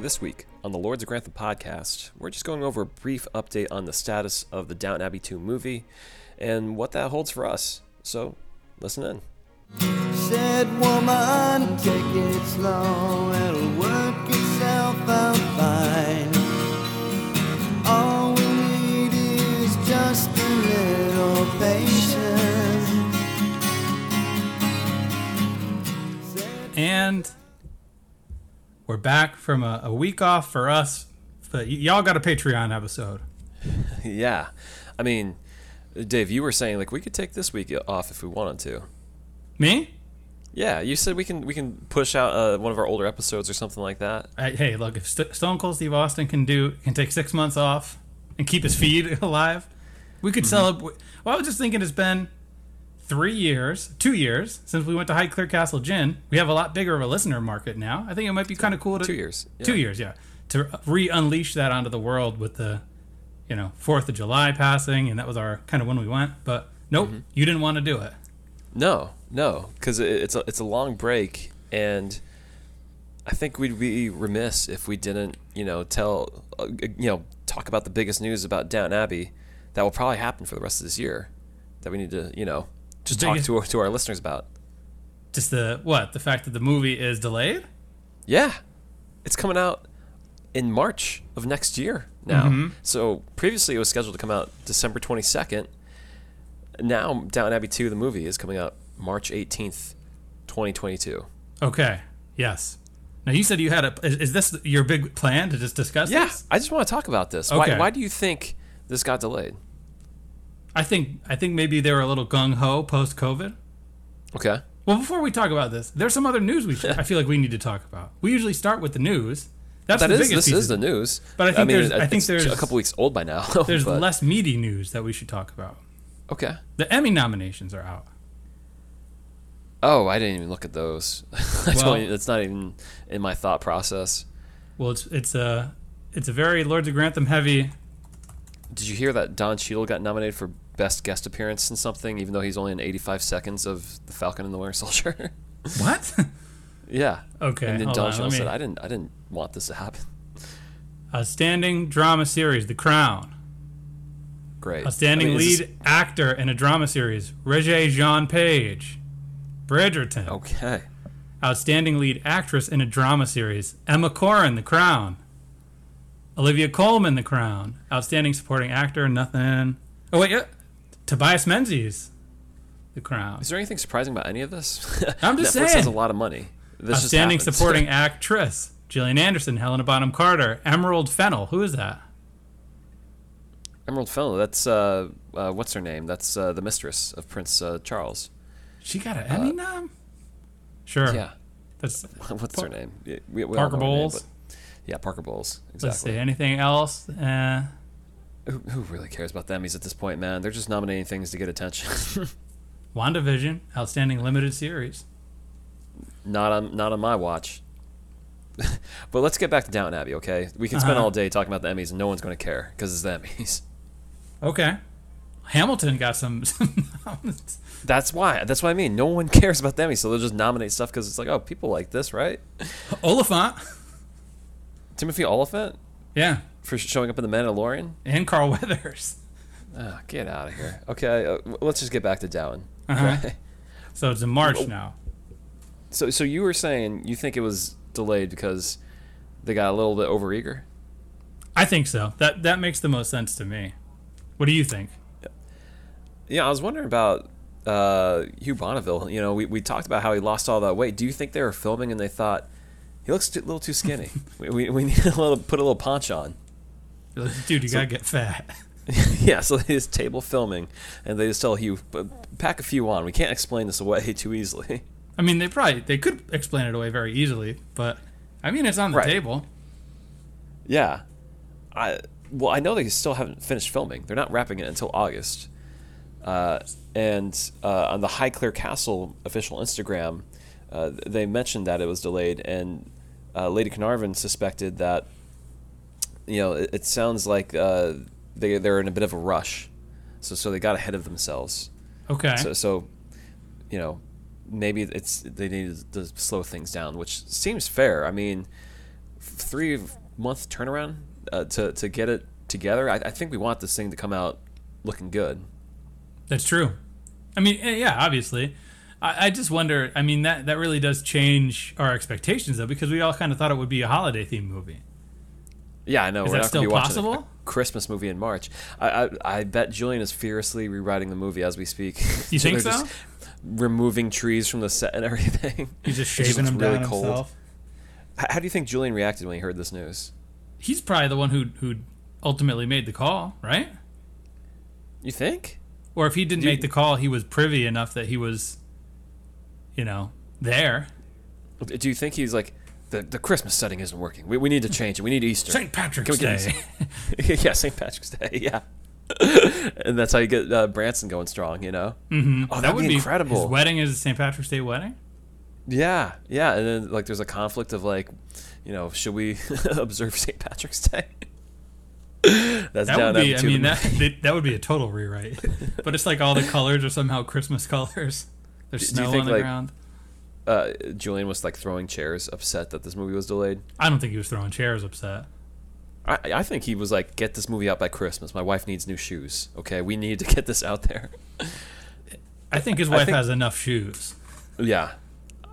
This week on the Lords of Grantham podcast, we're just going over a brief update on the status of the Downton Abbey 2 movie and what that holds for us. So, listen in. Said woman, take it slow, it'll work itself out fine. All we need is just a little patience. And we're back from a, a week off for us, but y- y'all got a Patreon episode. yeah. I mean, Dave, you were saying like we could take this week off if we wanted to. Me? Yeah, you said we can we can push out uh, one of our older episodes or something like that. I, hey, look, if St- Stone Cold Steve Austin can do can take six months off and keep his feed alive, we Mm-hmm. could celebrate. Well, I was just thinking it's been three years, two years since we went to Highclere Castle Gin. We have a lot bigger of a listener market now. I think it might be kind of cool to Two years. Yeah. Uh, two years, yeah, to re unleash that onto the world with the, you know, Fourth of July passing, and that was our kind of when we went. But nope, Mm-hmm. you didn't want to do it. No, no, because it's a it's a long break, and I think we'd be remiss if we didn't, you know, tell, uh, you know, talk about the biggest news about Down Abbey that will probably happen for the rest of this year that we need to, you know, just talk Biggest- to our, to our listeners about. Just the what the fact that the movie is delayed. Yeah, it's coming out in March of next year now. So previously it was scheduled to come out December twenty second. Now Down Abbey two, the movie, is coming out March eighteenth, twenty twenty two. Okay. Yes. Now you said you had a. Is, is this your big plan to just discuss? Yeah, This? I just want to talk about this. Why, Okay. why do you think this got delayed? I think I think maybe they were a little gung ho post COVID. Okay. Well, before we talk about this, there's some other news we should, I feel like we need to talk about. We usually start with the news. That's That the is biggest this piece is of- the news. But I think mean, there's- I think it's there's- a couple weeks old by now. There's but- less meaty news that we should talk about. Okay. The Emmy nominations are out. Oh, I didn't even look at those. I Well- don't even- it's not even in my thought process. Well, it's it's a it's a very Lords of Grantham heavy. Did you hear that Don Cheadle got nominated for best guest appearance in something, even though he's only in 85 seconds of The Falcon and the Winter Soldier? What? yeah. Okay, And then hold Don on, Cheadle let me- said, "I didn't, I didn't want this to happen." Outstanding drama series, The Crown. Great. Outstanding I mean, is lead this- actor in a drama series, Regé Jean Page. Bridgerton. Oh. Okay. Outstanding lead actress in a drama series, Emma Corrin, The Crown. Olivia Colman, The Crown. Outstanding supporting actor, nothing. Oh wait, yeah. Tobias Menzies, The Crown. Is there anything surprising about any of this? I'm just Netflix has saying. a lot of money. This just Outstanding happens. supporting actress, Gillian Anderson, Helena Bonham Carter, Emerald Fennel. Who is that? Emerald Fennel. That's uh, uh, what's her name? That's uh, the mistress of Prince uh, Charles. She got an Emmy nom. Sure. uh, Yeah. That's What's her name? Yeah, we- we all Parker know her name, Bowles. but- yeah, Parker Bowles. Let's see. Exactly. Anything else? Uh, Who, who really cares about them? He's at this point, man. They're just nominating things to get attention. WandaVision, outstanding limited series. not on not on my watch. but let's get back to Downton Abbey, okay? We can spend Uh-huh. all day talking about the Emmys, and no one's going to care because it's the Emmys. Okay. Hamilton got some. some noms. That's why. That's what I mean. No one cares about the Emmys, so they'll just nominate stuff because it's like, oh, people like this, right? Oliphant. Timothy Oliphant Yeah. for showing up in The Mandalorian. And Carl Weathers. Oh, get out of here. Okay, uh, w- let's just get back to Down. Uh-huh. Okay. So it's in March now. So, so you were saying you think it was delayed because they got a little bit overeager. I think so. That that makes the most sense to me. What do you think? Yeah, I was wondering about uh, Hugh Bonneville. You know, we, we talked about how he lost all that weight. Do you think they were filming and they thought he looks a little too skinny? we, we, we need a little put a little punch on. Dude, you gotta get fat. yeah, so they just table filming and they just tell Hugh, "P- pack a few on. We can't explain this away too easily. I mean, they probably they could explain it away very easily, but I mean, it's on the Right. table. Yeah. I well, I know they still haven't finished filming. They're not wrapping it until August. Uh, and uh, on the Highclere Castle official Instagram, uh, they mentioned that it was delayed, and uh, Lady Carnarvon suspected that. You know, it, it sounds like uh, they they're in a bit of a rush, so so they got ahead of themselves. Okay. So, so, you know, maybe it's they needed to slow things down, which seems fair. I mean, three month turnaround uh, to to get it together. I, I think we want this thing to come out looking good. That's true. I mean, eh, yeah, obviously. I, I just wonder. I mean, that that really does change our expectations though, because we all kind of thought it would be a holiday themed movie. Yeah, I know. Is we're that not still gonna be watching a- possible? A Christmas movie in March. I, I I bet Julian is furiously rewriting the movie as we speak. You think They're so? just Removing trees from the set and everything. He's just It shaving looks him really down cold. himself. H- How do you think Julian reacted when he heard this news? He's probably the one who who ultimately made the call, right? You think? Or if he didn't make the call, he was privy enough that he was, you know, there. Do you think he's like the the Christmas setting isn't working? We, we need to Hmm. change it. We need Easter. St. Patrick's Can we get Day. yeah, St. Patrick's Day. Yeah. and that's how you get uh, Branson going strong, you know? Hmm. Mm-hmm. Oh, that would be incredible. His wedding is a St. Patrick's Day wedding. yeah, yeah. And then, like, there's a conflict of, like, you know, should we observe St. Patrick's Day? that's That down would be. up I to the mean, that movie. that that would be a total rewrite. but it's like all the colors are somehow Christmas colors. There's do you snow think, on the like- ground. Uh, Julian was, like, throwing chairs, upset that this movie was delayed. I don't think he was throwing chairs upset. I, I think he was like, get this movie out by Christmas. My wife needs new shoes. Okay, we need to get this out there. I think his I wife think- has enough shoes. Yeah.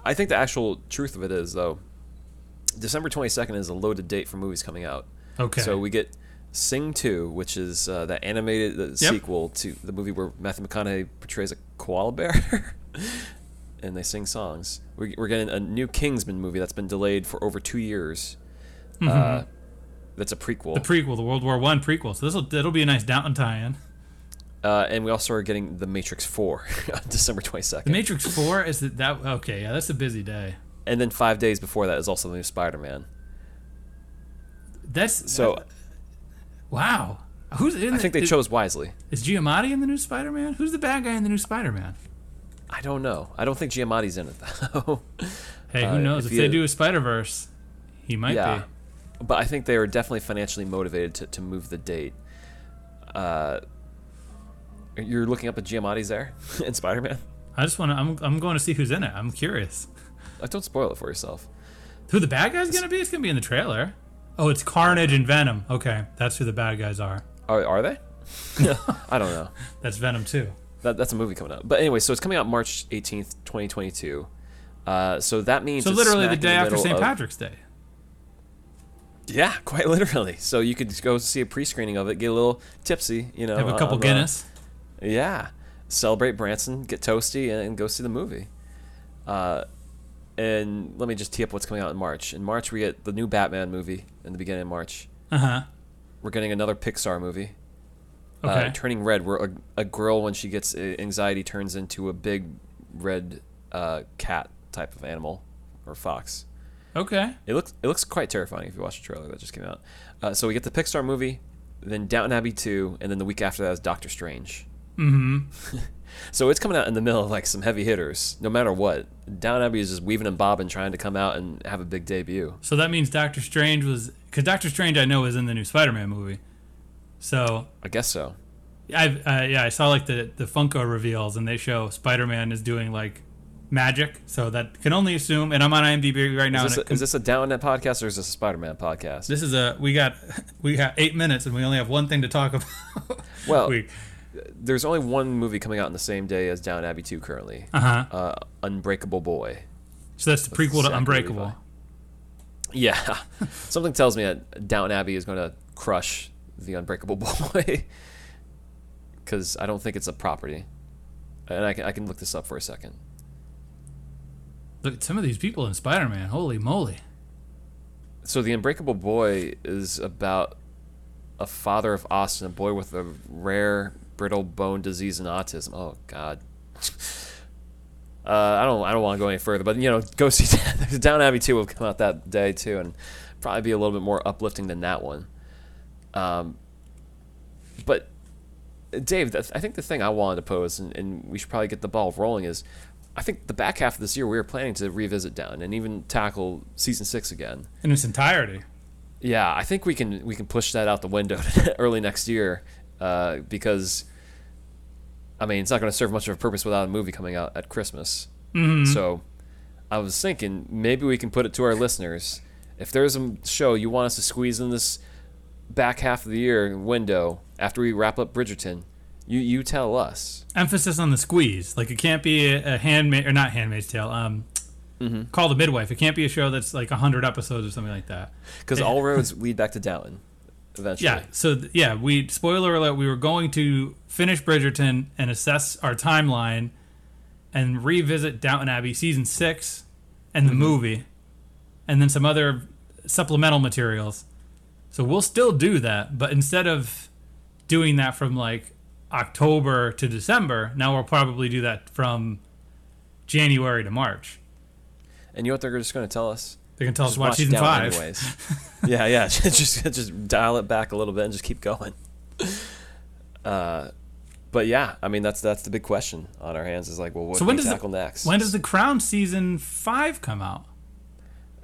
I think the actual truth of it is though, December twenty second is a loaded date for movies coming out. Okay. So we get Sing Two, which is uh, that animated the sequel to the movie where Matthew McConaughey portrays a koala bear, and they sing songs. We're, we're getting a new Kingsman movie that's been delayed for over two years. Uh, that's a prequel. Mm-hmm. the prequel, the World War One prequel. So this will that'll be a nice down tie-in. uh, and we also are getting The Matrix Four on December twenty The second. Matrix Four is that that okay? Yeah, that's a busy day. and then five days before that is also the new Spider Man. That's So wow. Who's in? I think they is, chose wisely. Is Giamatti in the new Spider-Man? Who's the bad guy in the new Spider-Man? I don't know. I don't think Giamatti's in it though. Hey, who Uh, knows? if If, you- they do a Spider Verse, he might yeah, be. but I think they were definitely financially motivated to, to move the date. Uh, you're looking up at Giamatti's there in Spider Man. I just want to. I'm, I'm going to see who's in it. I'm curious. Like, Uh, don't spoil it for yourself. Who the bad guy's gonna be? It's gonna be in the trailer. Oh, it's Carnage and Venom. Okay, that's who the bad guys are. Are are they? I don't know. That's Venom too. That, that's a movie coming up. But anyway, so it's coming out March 18th, 2022. Uh, so that means So it's literally the smack in day after middle St. of- Patrick's Day. Yeah, quite literally. So you could go see a pre-screening of it, get a little tipsy, you know, Have a couple on, uh, Guinness. Yeah. Celebrate Branson, get toasty, and go see the movie. Uh, and let me just tee up what's coming out in March. In March, we get the new Batman movie in the beginning of March. Uh huh. We're getting another Pixar movie, Okay. uh, Turning Red, where a, a girl, when she gets uh, anxiety, turns into a big red uh, cat type of animal or fox. okay. It looks it looks quite terrifying if you watch the trailer that just came out. Uh, so we get the Pixar movie, then Downton Abbey two, and then the week after that is Doctor Strange. Mm-hmm. so it's coming out in the middle of like some heavy hitters, no matter what. Downton Abbey is just weaving and bobbing, trying to come out and have a big debut. So that means Doctor Strange was because Doctor Strange I know is in the new Spider-Man movie. So I guess so. I've uh, yeah I saw like the the Funko reveals and they show Spider-Man is doing like magic. So that can only assume. And I'm on IMDb right now. Is and this, it a, is this a Downton Abbey podcast or is this a Spider Man podcast? This is a we got we got eight minutes and we only have one thing to talk about. Well- we, There's only one movie coming out on the same day as Down Abbey two currently. uh-huh. Uh, Unbreakable Boy. so that's the prequel Zachary to Unbreakable. Levi. Yeah, something tells me that Downton Abbey is going to crush the Unbreakable Boy because I don't think it's a property. And I can, I can look this up for a second. Look at some of these people in Spider-Man. Holy moly! So the Unbreakable Boy is about a father of Austin, a boy with a rare brittle bone disease and autism. Oh God. Uh, I don't. I don't want to go any further, but you know, go see Down Abbey Two will come out that day too, and probably be a little bit more uplifting than that one. Um, but Dave, that's, I think the thing I wanted to pose, and, and we should probably get the ball rolling, is I think the back half of this year we were planning to revisit Down and even tackle season six again. In its entirety. Yeah, I think we can we can push that out the window early next year uh, because I mean it's not going to serve much of a purpose without a movie coming out at Christmas. So I was thinking maybe we can put it to our listeners If there's a show you want us to squeeze in this back half of the year window after we wrap up Bridgerton, you you tell us. Emphasis on the squeeze. Like it can't be a, a handmaid or not Handmaid's Tale. Um, Call the Midwife. It can't be a show that's like hundred episodes or something like that. Because all roads lead back to Downton eventually. Yeah. So th- yeah, we spoiler alert. We were going to finish Bridgerton and assess our timeline, and revisit Downton Abbey season six, and Mm-hmm. the movie, and then some other supplemental materials. So we'll still do that, but instead of doing that from like October to December, now we'll probably do that from January to March. And you know what they're just going to tell us? They can tell us Just watch, season Downton five. Anyways. yeah, yeah. just just dial it back a little bit and just keep going. Uh, but yeah, I mean that's that's the big question on our hands is like, well, what So do when we does the- tackle next? When does the Crown season five come out?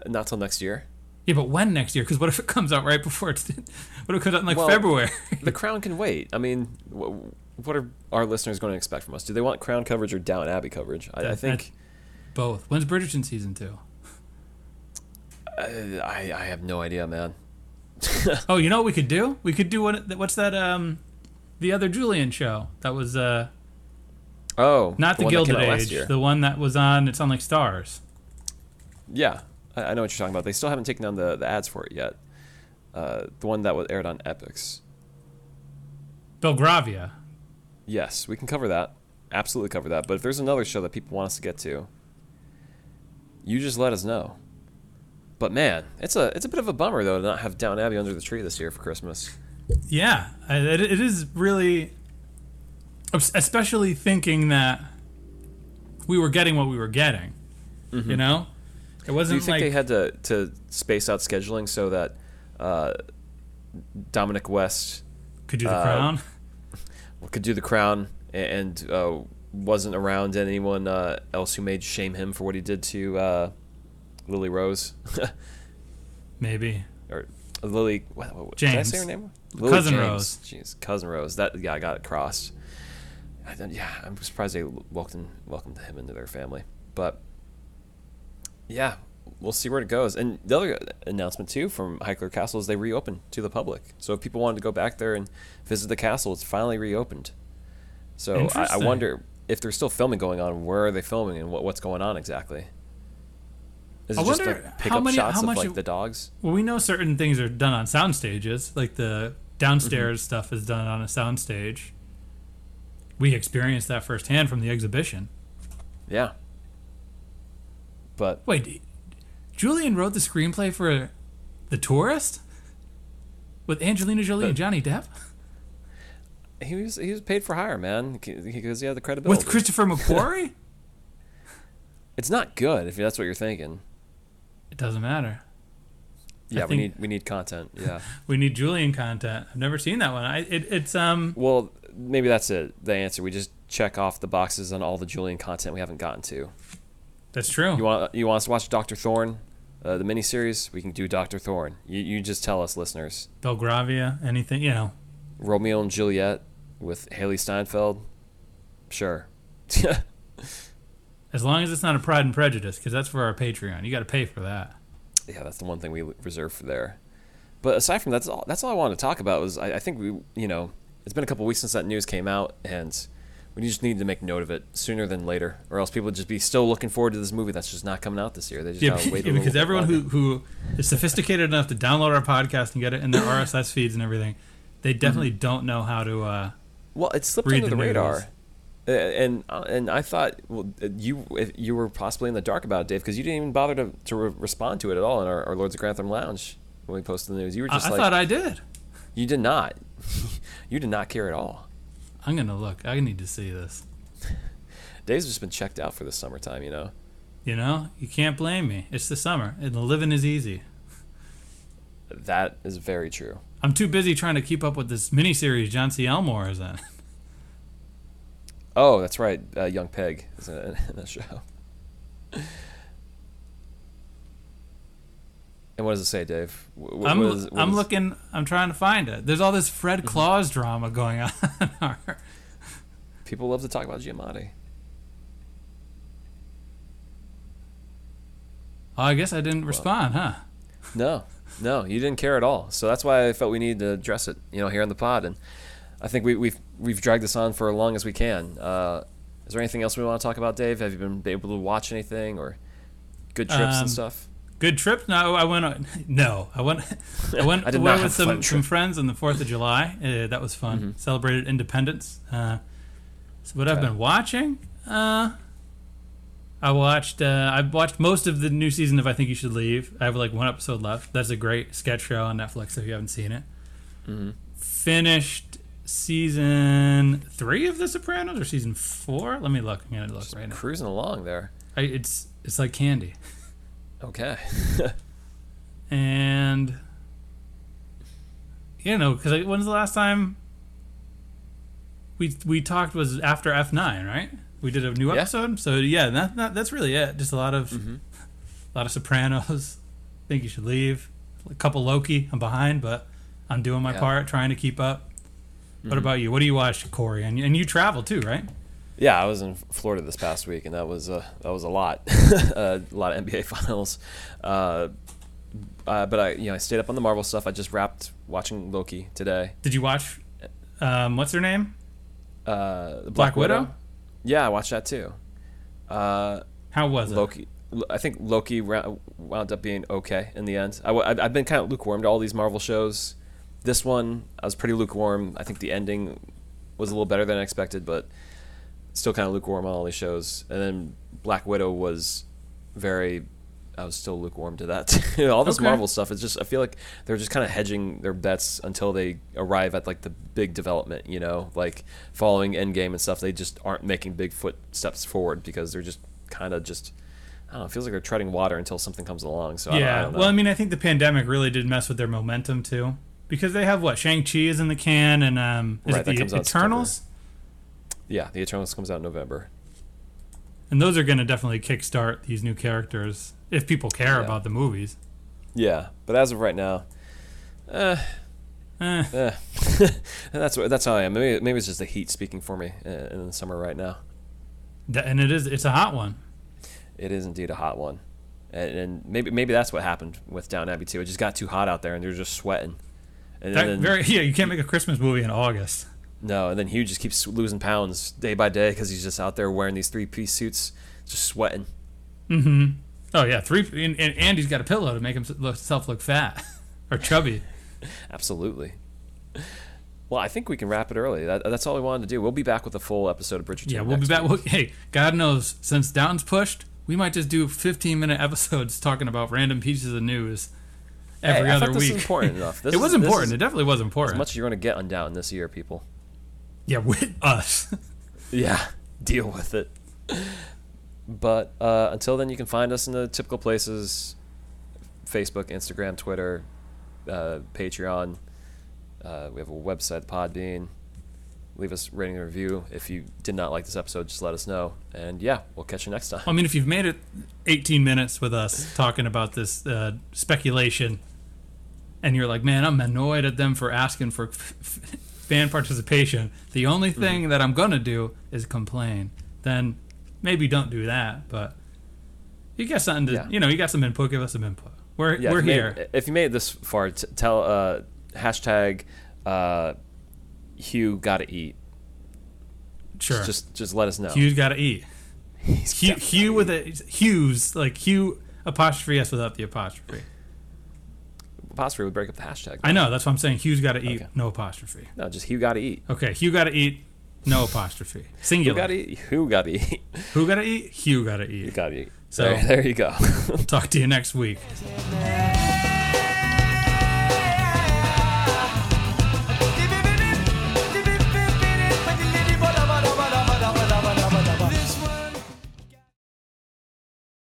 Not till next year. Yeah, but when next year? Because what if it comes out right before it's? What if it comes out in like Well- February? The Crown can wait. I mean, wh- what are our listeners going to expect from us? Do they want Crown coverage or Down Abbey coverage? I, I That- think Both. When's Bridgerton season two? I, I, I have no idea, man. Oh, you know what we could do? We could do what? What's that? Um, the other Julian show that was uh Oh, not the, one that came Gilded out last Age, year. the one that was on. It's on like Stars. Yeah, I, I know what you're talking about. They still haven't taken down the, the ads for it yet. Uh, the one that was aired on Epics. Belgravia. Yes, we can cover that. Absolutely cover that. But if there's another show that people want us to get to, you just let us know. But man, it's a it's a bit of a bummer though to not have Down Abbey under the tree this year for Christmas. Yeah, I- it, it is really, especially thinking that we were getting what we were getting. You know, Mm-hmm. it Do wasn't you think like they had to, to space out scheduling so that uh, Dominic West could uh, do the Crown. could do the crown a- and uh, wasn't around anyone uh, else who made shame him for what he did to uh, Lily Rose Maybe or Lily what, what- what- Did I James. say her name? Cousin James. Rose. Jeez, cousin Rose. That yeah, I got it crossed. I don't- yeah, I'm surprised they wel- welcomed welcomed him into their family, but yeah. We'll see where it goes. And the other announcement too from Highclere Castle is they reopened to the public. So if people wanted to go back there and visit the castle, it's finally reopened. So I, I Interesting. wonder if there's still filming going on. Where are they filming and what, what's going on exactly? Is it I just wonder like how pick up many- shots how of much like it- the dogs? Well, we know certain things are done on sound stages, like the downstairs Mm-hmm. stuff is done on a sound stage. We experienced that firsthand from the exhibition. Yeah. But Wait, Julian wrote the screenplay for The Tourist with Angelina Jolie and Johnny Depp he was he was paid for hire, man, because he had the credibility. with Christopher McQuarrie. it's not good if that's what you're thinking. it doesn't matter. Yeah, we think- need we need content. Yeah. We need Julian content. I've never seen that one. I, it, it's um. well, maybe that's it. The answer we just check off the boxes on all the Julian content we haven't gotten to. That's true. You want you want us to watch Doctor Thorne, uh, the miniseries? We can do Doctor Thorne. You you just tell us, listeners. Belgravia, anything you know. Romeo and Juliet with Haley Steinfeld. Sure. As long as it's not a Pride and Prejudice, because that's for our Patreon. You got to pay for that. yeah, that's the one thing we reserve for there. But aside from that, that's all, that's all I wanted to talk about was I, I think we, you know, it's been a couple weeks since that news came out, and we just need to make note of it sooner than later, or else people would just be still looking forward to this movie that's just not coming out this year. They just Yeah, gotta wait a yeah, little because bit everyone who, longer. who is sophisticated enough to download our podcast and get it in their RSS feeds and everything, they Mm-hmm. definitely don't know how to. Uh, well, it slipped read under the, the news. radar, Uh, and uh, and I thought well uh, you if you were possibly in the dark about it, Dave, because you didn't even bother to, to re- respond to it at all in our, our Lords of Grantham Lounge when we posted the news. You were I, just I like thought I did. you did not, you did not care at all. I'm gonna look. I need to see this. Dave's just been checked out for the summertime, you know. You know, you can't blame me. It's the summer, and the living is easy. That is very true. I'm too busy trying to keep up with this miniseries John C. Elmore is in. Oh, that's right. Uh, Young Peg is in, in that show. And what does it say, Dave? Wh- wh- I'm what is- what Mm-hmm. I'm is- looking. I'm trying to find it. There's all this Fred Claus drama going on. People love to talk about Giamatti. oh, I guess I didn't respond, huh? No, no, you didn't care at all. So that's why I felt we needed to address it, you know, here on the pod. And I think we, we've we've dragged this on for as long as we can. Uh, is there anything else we want to talk about, Dave? Have you been able to watch anything or good trips Um, and stuff? Good trip? No, I went. On, no, I went. I went I did away not have with a fun some, some trip. Mm-hmm. friends on the Fourth of July. Uh, that was fun. Celebrated Independence. Uh, so what I've Okay. been watching? Uh, I watched. Uh, I watched most of the new season of I Think You Should Leave. I have like one episode left. That's a great sketch show on Netflix if you haven't seen it. Mm-hmm. Finished season three of The Sopranos or season four? Let me look. I'm gonna look right now. Cruising along there. I, it's it's like candy. Okay. and you know because when's the last time we we talked was after F9 right we did a new Yeah. Mm-hmm. episode so yeah that, that that's really it just a lot of a lot of Sopranos think you should leave a couple Loki I'm behind but I'm doing my Yeah. Mm-hmm. part trying to keep up what about you what do you watch Corey and, and you travel too right Yeah, I was in Florida this past week, and that was uh, that was a lot, Uh, a lot of NBA finals. Uh, uh, but I, you know, I stayed up on the Marvel stuff. I just wrapped watching Loki today. did you watch um, what's her name Uh, Black, Black Widow? Yeah, I watched that too. Uh, how was it Loki. I think Loki rou- wound up being okay in the end. I, have been kind of lukewarm to all these Marvel shows. This one, I was pretty lukewarm. I think the ending was a little better than I expected, but still kind of lukewarm on all these shows. And then Black Widow was very. I was still lukewarm to that. too. all this Okay. Marvel stuff is just. I feel like they're just kind of hedging their bets until they arrive at like the big development. You know, like following Endgame and stuff. They just aren't making big footsteps forward because they're just kind of just. I don't know. It feels like they're treading water until something comes along. So I don't- I Yeah. don't know. well, I mean, I think the pandemic really did mess with their momentum too, because they have what Shang Chi is in the can, and um, is Right, that it comes the out in Eternals, yeah, the Eternals comes out in November. and those are going to definitely kickstart these new characters if people care Yeah. about the movies. Yeah, but as of right now, Eh, eh, that's what, that's how I am. Maybe maybe it's just the heat speaking for me uh, in the summer right now. th- and it is it's a hot one. It is indeed a hot one, and, and maybe maybe that's what happened with Down Abbey too. It just got too hot out there, and they're just sweating. And That then very yeah, you can't make a Christmas movie in August. no, and then Hugh just keeps losing pounds day by day because he's just out there wearing these three piece suits, just sweating. Oh yeah, three and, and Andy's got a pillow to make himself look fat or chubby. Absolutely. Well, I think we can wrap it early. That, that's all we wanted to do. We'll be back with a full episode of Bridgerton. Yeah, we'll be next back. week. We'll, hey, God knows, since Down's pushed, we might just do 15 minute episodes talking about random pieces of news Hey, every I other thought week. this was important enough. This it is- was this is important. It definitely was important. As much as you're going to get on Down this year, people. yeah, with us. Yeah, deal with it. But uh, until then, you can find us in the typical places Facebook, Instagram, Twitter, uh, Patreon. Uh, we have a website, Podbean. Leave us a rating and review. If you did not like this episode, just let us know. And yeah, we'll catch you next time. I mean, if you've made it 18 minutes with us talking about this uh, speculation, and you're like, man, I'm annoyed at them for asking for f- f- fan participation, the only Mm-hmm. thing that I'm going to do is complain, then maybe don't do that. But you got something to, Yeah. you know, you got some input, give us some input. We're, Yeah, we're if you here. Made, if you made it this far, t- tell uh, hashtag uh, Hugh gotta eat. sure. Just just let us know. Hugh's got to eat. He's Hugh, got- Hugh with a Hughes, like Hugh apostrophe S without the apostrophe. apostrophe would break up the hashtag. I know. That's what I'm saying. Hugh's got to eat. Okay. No apostrophe. No, just Hugh gotta eat. Okay. Hugh got to eat. No apostrophe. Who Singular. gotta eat? Who gotta eat? Who got to eat? Hugh got to Who eat. gotta eat? So- there, there you go. Talk to you next week. Now.